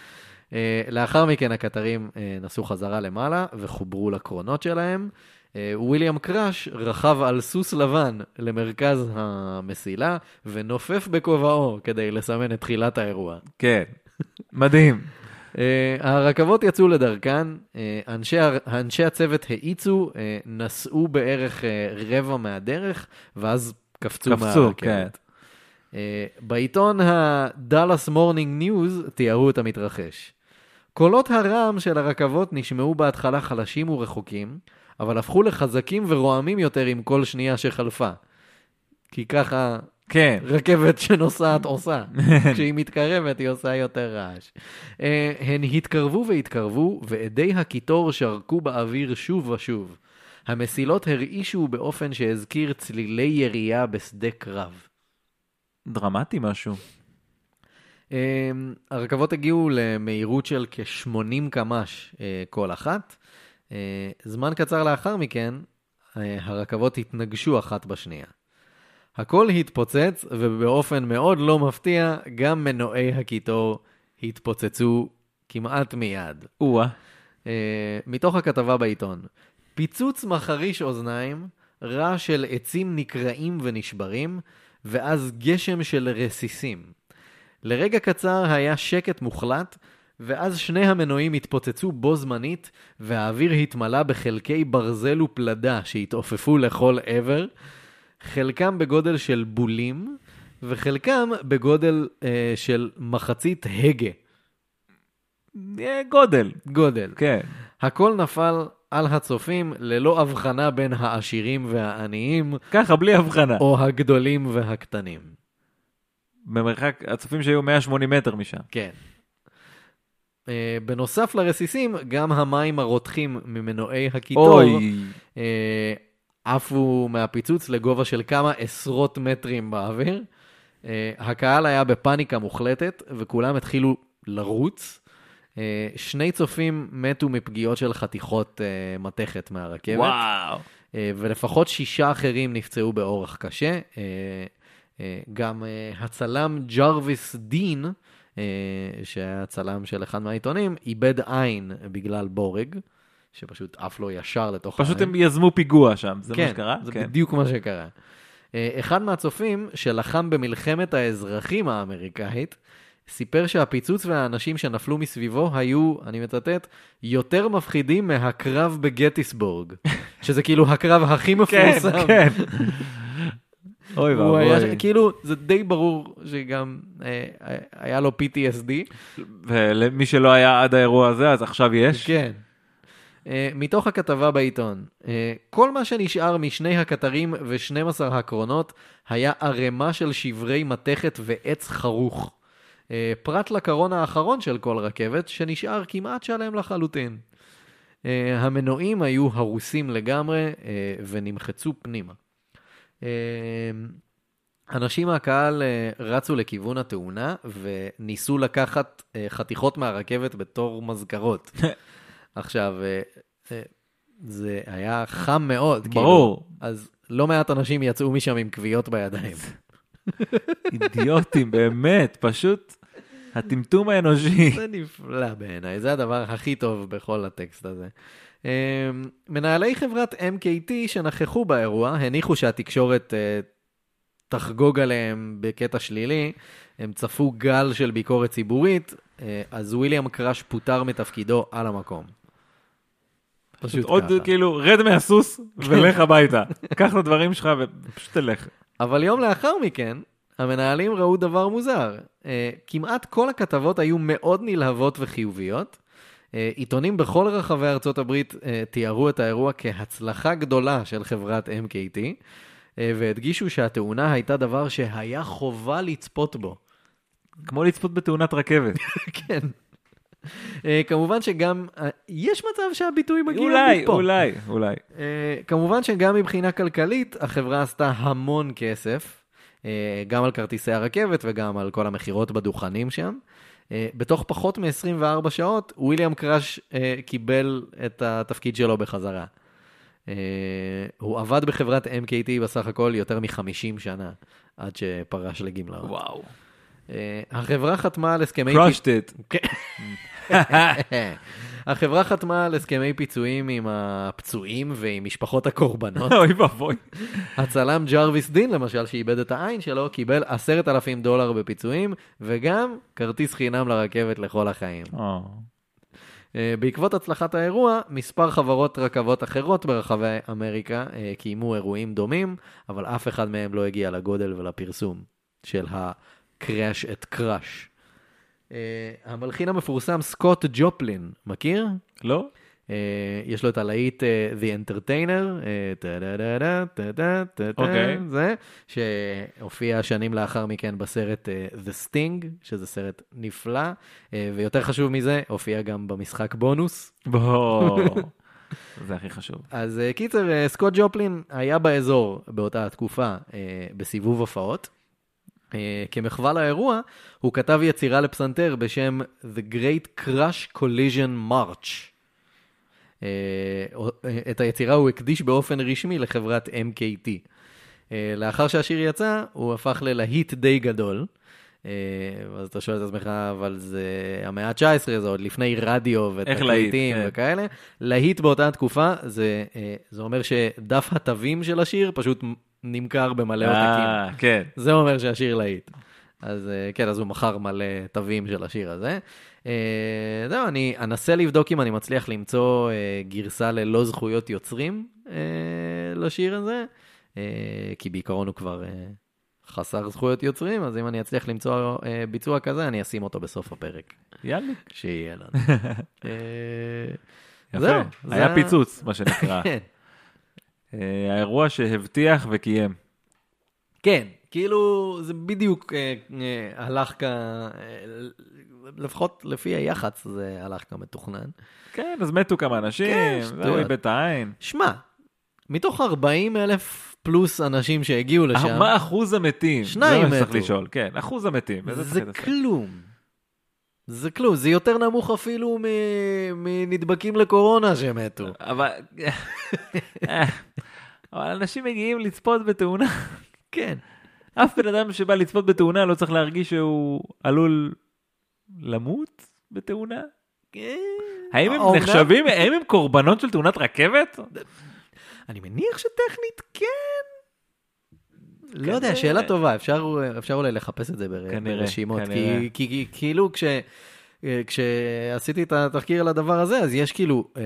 [SPEAKER 2] אה, לאחר מכן הקטרים אה, נסעו חזרה למעלה וחוברו לקרונות שלהם, אה, אה, וויליאם קראש רכב על סוס לבן למרכז המסילה ונופף בכובעו כדי לסמן את תחילת האירוע.
[SPEAKER 1] כן, מדהים.
[SPEAKER 2] אה, הרכבות יצאו לדרכן, אה, אנשי, הר- אנשי הצוות האיצו, אה, נסעו בערך אה, רבע מהדרך, ואז קפצו
[SPEAKER 1] קפצו, כן.
[SPEAKER 2] אה, בעיתון ה-Dallas Morning News תיארו את המתרחש. קולות הרעם של הרכבות נשמעו בהתחלה חלשים ורחוקים, אבל הפכו לחזקים ורועמים יותר עם כל שנייה שחלפה. כי ככה
[SPEAKER 1] כן,
[SPEAKER 2] רכבת שנוסעת עושה. כשהיא מתקרבת היא עושה יותר רעש. אה, הן התקרבו והתקרבו, ועדי הקיטור שרקו באוויר שוב ושוב. המסילות הרעישו באופן שהזכיר צלילי ירייה בשדה קרב.
[SPEAKER 1] דרמטי משהו.
[SPEAKER 2] אמ, הרכבות הגיעו למהירות של כ-80 קמ"ש אה, כל אחת. אה, זמן קצר לאחר מכן, אה, הרכבות התנגשו אחת בשנייה. הכל התפוצץ, ובאופן מאוד לא מפתיע, גם מנועי הקיטור התפוצצו כמעט מיד.
[SPEAKER 1] או-אה.
[SPEAKER 2] אה, מתוך הכתבה בעיתון. פיצוץ מחריש אוזניים, רעש של עצים נקרעים ונשברים, ואז גשם של רסיסים. לרגע קצר היה שקט מוחלט, ואז שני המנועים התפוצצו בו זמנית, והאוויר התמלא בחלקי ברזל ופלדה שהתעופפו לכל עבר, חלקם בגודל של בולים, וחלקם בגודל אה, של מחצית הגה,
[SPEAKER 1] אה, גודל.
[SPEAKER 2] גודל.
[SPEAKER 1] כן.
[SPEAKER 2] הכל נפל על הצופים ללא הבחנה בין העשירים והעניים,
[SPEAKER 1] ככה, בלי הבחנה.
[SPEAKER 2] או הגדולים והקטנים.
[SPEAKER 1] במרחק, הצופים שהיו 180 מטר משם.
[SPEAKER 2] כן. אה, בנוסף לרסיסים, גם המים הרותחים ממנועי הקיטור
[SPEAKER 1] אוי,
[SPEAKER 2] אה, עפו מהפיצוץ לגובה של כמה עשרות מטרים באוויר. אה, הקהל היה בפאניקה מוחלטת, וכולם התחילו לרוץ. אה, שני צופים מתו מפגיעות של חתיכות אה, מתכת מהרכבת.
[SPEAKER 1] וואו.
[SPEAKER 2] אה, ולפחות שישה אחרים נפצעו באורח קשה. אה, אה, גם אה, הצלם ג'רוויס דין, אה, שהיה הצלם של אחד מהעיתונים, איבד עין בגלל בורג, שפשוט עף לו ישר לתוך העין.
[SPEAKER 1] פשוט הם יזמו פיגוע שם, זה מה שקרה?
[SPEAKER 2] זה
[SPEAKER 1] כן.
[SPEAKER 2] בדיוק מה שקרה. אה, אחד מהצופים, שלחם במלחמת האזרחים האמריקאית, סיפר שהפיצוץ והאנשים שנפלו מסביבו היו, אני מצטט, יותר מפחידים מהקרב בגטיסבורג, שזה כאילו הקרב הכי
[SPEAKER 1] כן,
[SPEAKER 2] מפורסם.
[SPEAKER 1] כן. אוי
[SPEAKER 2] הוא היה,
[SPEAKER 1] ואבוי.
[SPEAKER 2] ש- כאילו, זה די ברור שגם אה, היה לו PTSD.
[SPEAKER 1] ולמי שלא היה עד האירוע הזה, אז עכשיו יש.
[SPEAKER 2] כן. Uh, מתוך הכתבה בעיתון, uh, כל מה שנשאר משני הקטרים ו-12 הקרונות היה ערימה של שברי מתכת ועץ חרוך. Uh, פרט לקרון האחרון של כל רכבת, שנשאר כמעט שלם לחלוטין. Uh, המנועים היו הרוסים לגמרי uh, ונמחצו פנימה. Uh, אנשים מהקהל אה, רצו לכיוון התאונה וניסו לקחת אה, חתיכות מהרכבת בתור מזכרות. עכשיו, אה, אה, זה היה חם מאוד. כאילו.
[SPEAKER 1] ברור.
[SPEAKER 2] אז לא מעט אנשים יצאו משם עם כוויות בידיים.
[SPEAKER 1] אידיוטים, באמת, פשוט הטמטום האנושי.
[SPEAKER 2] זה נפלא בעיניי, זה הדבר הכי טוב בכל הטקסט הזה. אמ, מנהלי חברת MKT שנכחו באירוע הניחו שהתקשורת אה, תחגוג עליהם בקטע שלילי, הם צפו גל של ביקורת ציבורית, אה, אז וויליאם קראש פוטר מתפקידו על המקום. פשוט
[SPEAKER 1] עוד
[SPEAKER 2] ככה.
[SPEAKER 1] כאילו, רד מהסוס ולך הביתה. קח את הדברים שלך ופשוט תלך.
[SPEAKER 2] אבל יום לאחר מכן, המנהלים ראו דבר מוזר. אה, כמעט כל הכתבות היו מאוד נלהבות וחיוביות. אה, עיתונים בכל רחבי ארצות הברית אה, תיארו את האירוע כהצלחה גדולה של חברת MKT, אה, והדגישו שהתאונה הייתה דבר שהיה חובה לצפות בו.
[SPEAKER 1] כמו לצפות בתאונת רכבת.
[SPEAKER 2] כן. אה, כמובן שגם, אה, יש מצב שהביטוי מגיע מפה.
[SPEAKER 1] אולי, אולי, אולי.
[SPEAKER 2] אה, כמובן שגם מבחינה כלכלית, החברה עשתה המון כסף, אה, גם על כרטיסי הרכבת וגם על כל המכירות בדוכנים שם. אה, בתוך פחות מ-24 שעות, וויליאם קראש אה, קיבל את התפקיד שלו בחזרה. אה, הוא עבד בחברת MKT בסך הכל יותר מ-50 שנה, עד שפרש לגמלאות.
[SPEAKER 1] וואו.
[SPEAKER 2] אה, החברה חתמה על הסכמי...
[SPEAKER 1] crushed it.
[SPEAKER 2] כן. החברה חתמה על הסכמי פיצויים עם הפצועים ועם משפחות הקורבנות.
[SPEAKER 1] אוי ואבוי.
[SPEAKER 2] הצלם ג'רוויס דין, למשל, שאיבד את העין שלו, קיבל עשרת אלפים דולר בפיצויים, וגם כרטיס חינם לרכבת לכל החיים.
[SPEAKER 1] או.
[SPEAKER 2] אה, בעקבות הצלחת האירוע, מספר חברות רכבות אחרות ברחבי אמריקה אה, קיימו אירועים דומים, אבל אף אחד מהם לא הגיע לגודל ולפרסום של ה-crash at crush. אה, המלחין המפורסם סקוט ג'ופלין, מכיר?
[SPEAKER 1] לא?
[SPEAKER 2] אה, יש לו את הלהיט אה, The Entertainer, אה, טה-דה-דה-דה, טה-טה-טה-טה,
[SPEAKER 1] אוקיי.
[SPEAKER 2] זה, שהופיע שנים לאחר מכן בסרט אה, The Sting, שזה סרט נפלא, אה, ויותר חשוב מזה, הופיע גם במשחק בונוס.
[SPEAKER 1] בוא. זה הכי חשוב.
[SPEAKER 2] אז אה, קיצר, אה, סקוט ג'ופלין היה באזור באותה התקופה אה, בסיבוב הופעות. אה, כמחווה לאירוע, הוא כתב יצירה לפסנתר בשם The Great Crush Collision March. אה, אה, את היצירה הוא הקדיש באופן רשמי לחברת MKT. אה, לאחר שהשיר יצא, הוא הפך ללהיט די גדול. אה, אז אתה שואל את עצמך, אבל זה המאה ה-19, זה עוד לפני רדיו
[SPEAKER 1] איך להיט,
[SPEAKER 2] ותקליטים
[SPEAKER 1] כן.
[SPEAKER 2] וכאלה. להיט באותה תקופה, זה, אה, זה אומר שדף התווים של השיר פשוט נמכר במלא עותקים.
[SPEAKER 1] אה, כן.
[SPEAKER 2] זה אומר שהשיר להיט. אז אה, כן, אז הוא מכר מלא תווים של השיר הזה. אה, זהו, אני אנסה לבדוק אם אני מצליח למצוא אה, גרסה ללא זכויות יוצרים אה, לשיר הזה, אה, כי בעיקרון הוא כבר אה, חסר זכויות יוצרים, אז אם אני אצליח למצוא אה, ביצוע כזה, אני אשים אותו בסוף הפרק,
[SPEAKER 1] יאללה.
[SPEAKER 2] שיהיה לנו. אה, זהו,
[SPEAKER 1] יפה.
[SPEAKER 2] זה
[SPEAKER 1] היה
[SPEAKER 2] ה-
[SPEAKER 1] פיצוץ, מה שנקרא.
[SPEAKER 2] כן.
[SPEAKER 1] אה, האירוע שהבטיח וקיים.
[SPEAKER 2] כן, כאילו זה בדיוק אה, אה, הלך כ... אה, לפחות לפי היח"צ זה הלך כמתוכנן.
[SPEAKER 1] כן, אז מתו כמה אנשים,
[SPEAKER 2] כן,
[SPEAKER 1] זהו
[SPEAKER 2] שטויות.
[SPEAKER 1] איבד את העין.
[SPEAKER 2] שמע, מתוך 40 אלף פלוס אנשים שהגיעו לשם,
[SPEAKER 1] מה אחוז המתים?
[SPEAKER 2] שניים
[SPEAKER 1] זה מה שצריך
[SPEAKER 2] מתו.
[SPEAKER 1] לשאול, כן, אחוז המתים. איזה
[SPEAKER 2] זה
[SPEAKER 1] תפקיד עשה?
[SPEAKER 2] כלום. זה כלום, זה יותר נמוך אפילו מ- מנדבקים לקורונה שמתו.
[SPEAKER 1] אבל... אבל אנשים מגיעים לצפות בתאונה.
[SPEAKER 2] כן.
[SPEAKER 1] אף בן אדם שבא לצפות בתאונה לא צריך להרגיש שהוא עלול למות בתאונה.
[SPEAKER 2] כן.
[SPEAKER 1] האם הם
[SPEAKER 2] אומנם-
[SPEAKER 1] נחשבים, האם הם קורבנות של תאונת רכבת?
[SPEAKER 2] אני מניח שטכנית כן. לא יודע,
[SPEAKER 1] כנראה.
[SPEAKER 2] שאלה טובה, אפשר, אפשר אולי לחפש את זה בר...
[SPEAKER 1] כנראה,
[SPEAKER 2] ברשימות.
[SPEAKER 1] כנראה.
[SPEAKER 2] כי, כי, כי כאילו כש, אה, כשעשיתי את התחקיר על הדבר הזה, אז יש כאילו אה,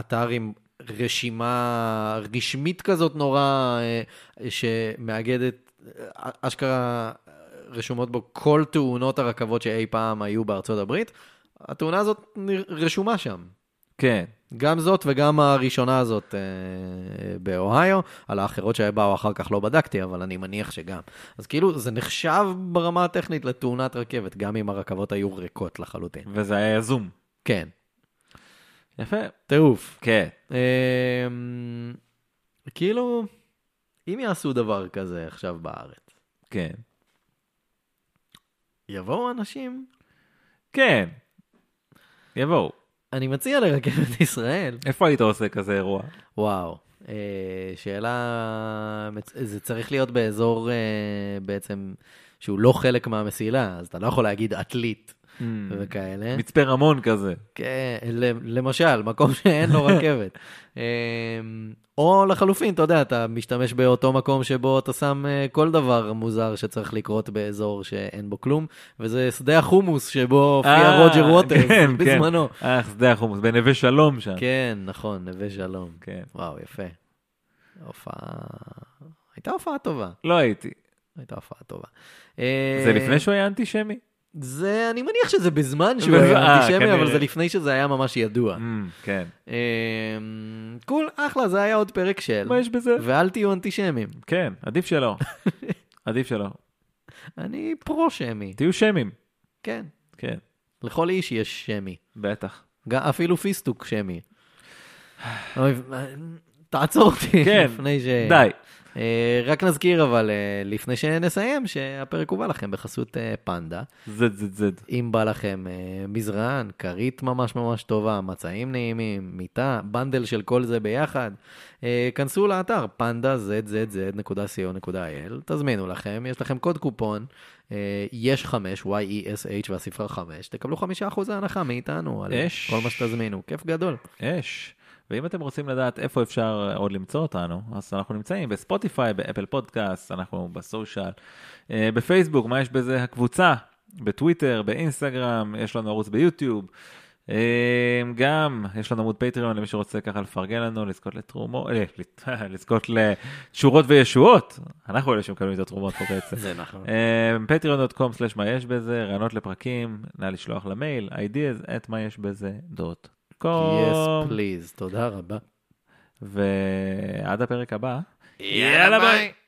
[SPEAKER 2] אתר עם רשימה רשמית כזאת נורא, אה, שמאגדת אה, אשכרה רשומות בו כל תאונות הרכבות שאי פעם היו בארצות הברית. התאונה הזאת נר- רשומה שם.
[SPEAKER 1] כן.
[SPEAKER 2] גם זאת וגם הראשונה הזאת אה, באוהיו, על האחרות שבאו אחר כך לא בדקתי, אבל אני מניח שגם. אז כאילו, זה נחשב ברמה הטכנית לתאונת רכבת, גם אם הרכבות היו ריקות לחלוטין.
[SPEAKER 1] וזה היה יזום.
[SPEAKER 2] כן,
[SPEAKER 1] יפה.
[SPEAKER 2] טירוף.
[SPEAKER 1] כן.
[SPEAKER 2] אה, כאילו, אם יעשו דבר כזה עכשיו בארץ,
[SPEAKER 1] כן.
[SPEAKER 2] יבואו אנשים,
[SPEAKER 1] כן. יבואו.
[SPEAKER 2] אני מציע לרכבת ישראל,
[SPEAKER 1] איפה היית עושה כזה אירוע?
[SPEAKER 2] וואו, אה, שאלה, מצ- זה צריך להיות באזור אה, בעצם שהוא לא חלק מהמסילה, אז אתה לא יכול להגיד עתלית
[SPEAKER 1] Mm.
[SPEAKER 2] Mm. וכאלה.
[SPEAKER 1] מצפה רמון כזה.
[SPEAKER 2] כן, ל- למשל, מקום שאין לו רכבת. אה, או לחלופין, אתה יודע, אתה משתמש באותו מקום שבו אתה שם אה, כל דבר מוזר שצריך לקרות באזור שאין בו כלום, וזה שדה החומוס שבו הופיע
[SPEAKER 1] אה,
[SPEAKER 2] רוג'ר ווטרס
[SPEAKER 1] כן, כן.
[SPEAKER 2] בזמנו.
[SPEAKER 1] אה, שדה החומוס, בנווה שלום שם.
[SPEAKER 2] כן, נכון, נווה שלום.
[SPEAKER 1] כן.
[SPEAKER 2] וואו, יפה. הופעה... הייתה הופעה טובה.
[SPEAKER 1] לא הייתי.
[SPEAKER 2] הייתה הופעה טובה. אה,
[SPEAKER 1] זה לפני שהוא היה אנטישמי?
[SPEAKER 2] זה, אני מניח שזה בזמן שהוא
[SPEAKER 1] בז-
[SPEAKER 2] היה
[SPEAKER 1] אה,
[SPEAKER 2] אנטישמי, אבל
[SPEAKER 1] כנראה.
[SPEAKER 2] זה לפני שזה היה ממש ידוע.
[SPEAKER 1] אמ, כן.
[SPEAKER 2] אה, קול, אחלה, זה היה עוד פרק של.
[SPEAKER 1] מה יש בזה?
[SPEAKER 2] ואל תהיו אנטישמים.
[SPEAKER 1] כן, עדיף שלא. עדיף שלא.
[SPEAKER 2] אני פרו-שמי,
[SPEAKER 1] תהיו שמים.
[SPEAKER 2] כן.
[SPEAKER 1] כן,
[SPEAKER 2] לכל איש יש שמי.
[SPEAKER 1] בטח.
[SPEAKER 2] גם- אפילו פיסטוק שמי. אוי, אה, תעצור אותי
[SPEAKER 1] כן,
[SPEAKER 2] לפני ש...
[SPEAKER 1] די.
[SPEAKER 2] אה, רק נזכיר אבל, אה, לפני שנסיים, שהפרק הובא לכם בחסות אה, פנדה.
[SPEAKER 1] זד זד זד.
[SPEAKER 2] אם בא לכם אה, מזרן, כרית ממש ממש טובה, מצעים נעימים, מיטה, בנדל של כל זה ביחד, אה, כנסו לאתר panda.zzz.co.il, תזמינו לכם, יש לכם קוד קופון, אה, יש 5, Y-E-S-H והספרה 5, תקבלו 5% הנחה מאיתנו על אה,
[SPEAKER 1] אש.
[SPEAKER 2] כל מה שתזמינו, כיף גדול.
[SPEAKER 1] אש. ואם אתם רוצים לדעת איפה אפשר עוד למצוא אותנו, אז אנחנו נמצאים בספוטיפיי, באפל פודקאסט, אנחנו בסושיאל, אה, בפייסבוק, מה יש בזה? הקבוצה, בטוויטר, באינסטגרם, יש לנו ערוץ ביוטיוב. אה, גם יש לנו עמוד פטריון למי שרוצה ככה לפרגן לנו, לזכות לתרומות, אה, לת- לזכות לתשורות וישועות. אנחנו אלה שמקבלים את התרומות פה בעצם.
[SPEAKER 2] זה נכון.
[SPEAKER 1] אמ, patreon.com/ מה יש בזה, רעיונות לפרקים, נא לשלוח למייל, ideas at מה יש בזה דוט
[SPEAKER 2] יס
[SPEAKER 1] קום.
[SPEAKER 2] פליז, תודה רבה.
[SPEAKER 1] ועד הפרק הבא.
[SPEAKER 2] יאללה ביי.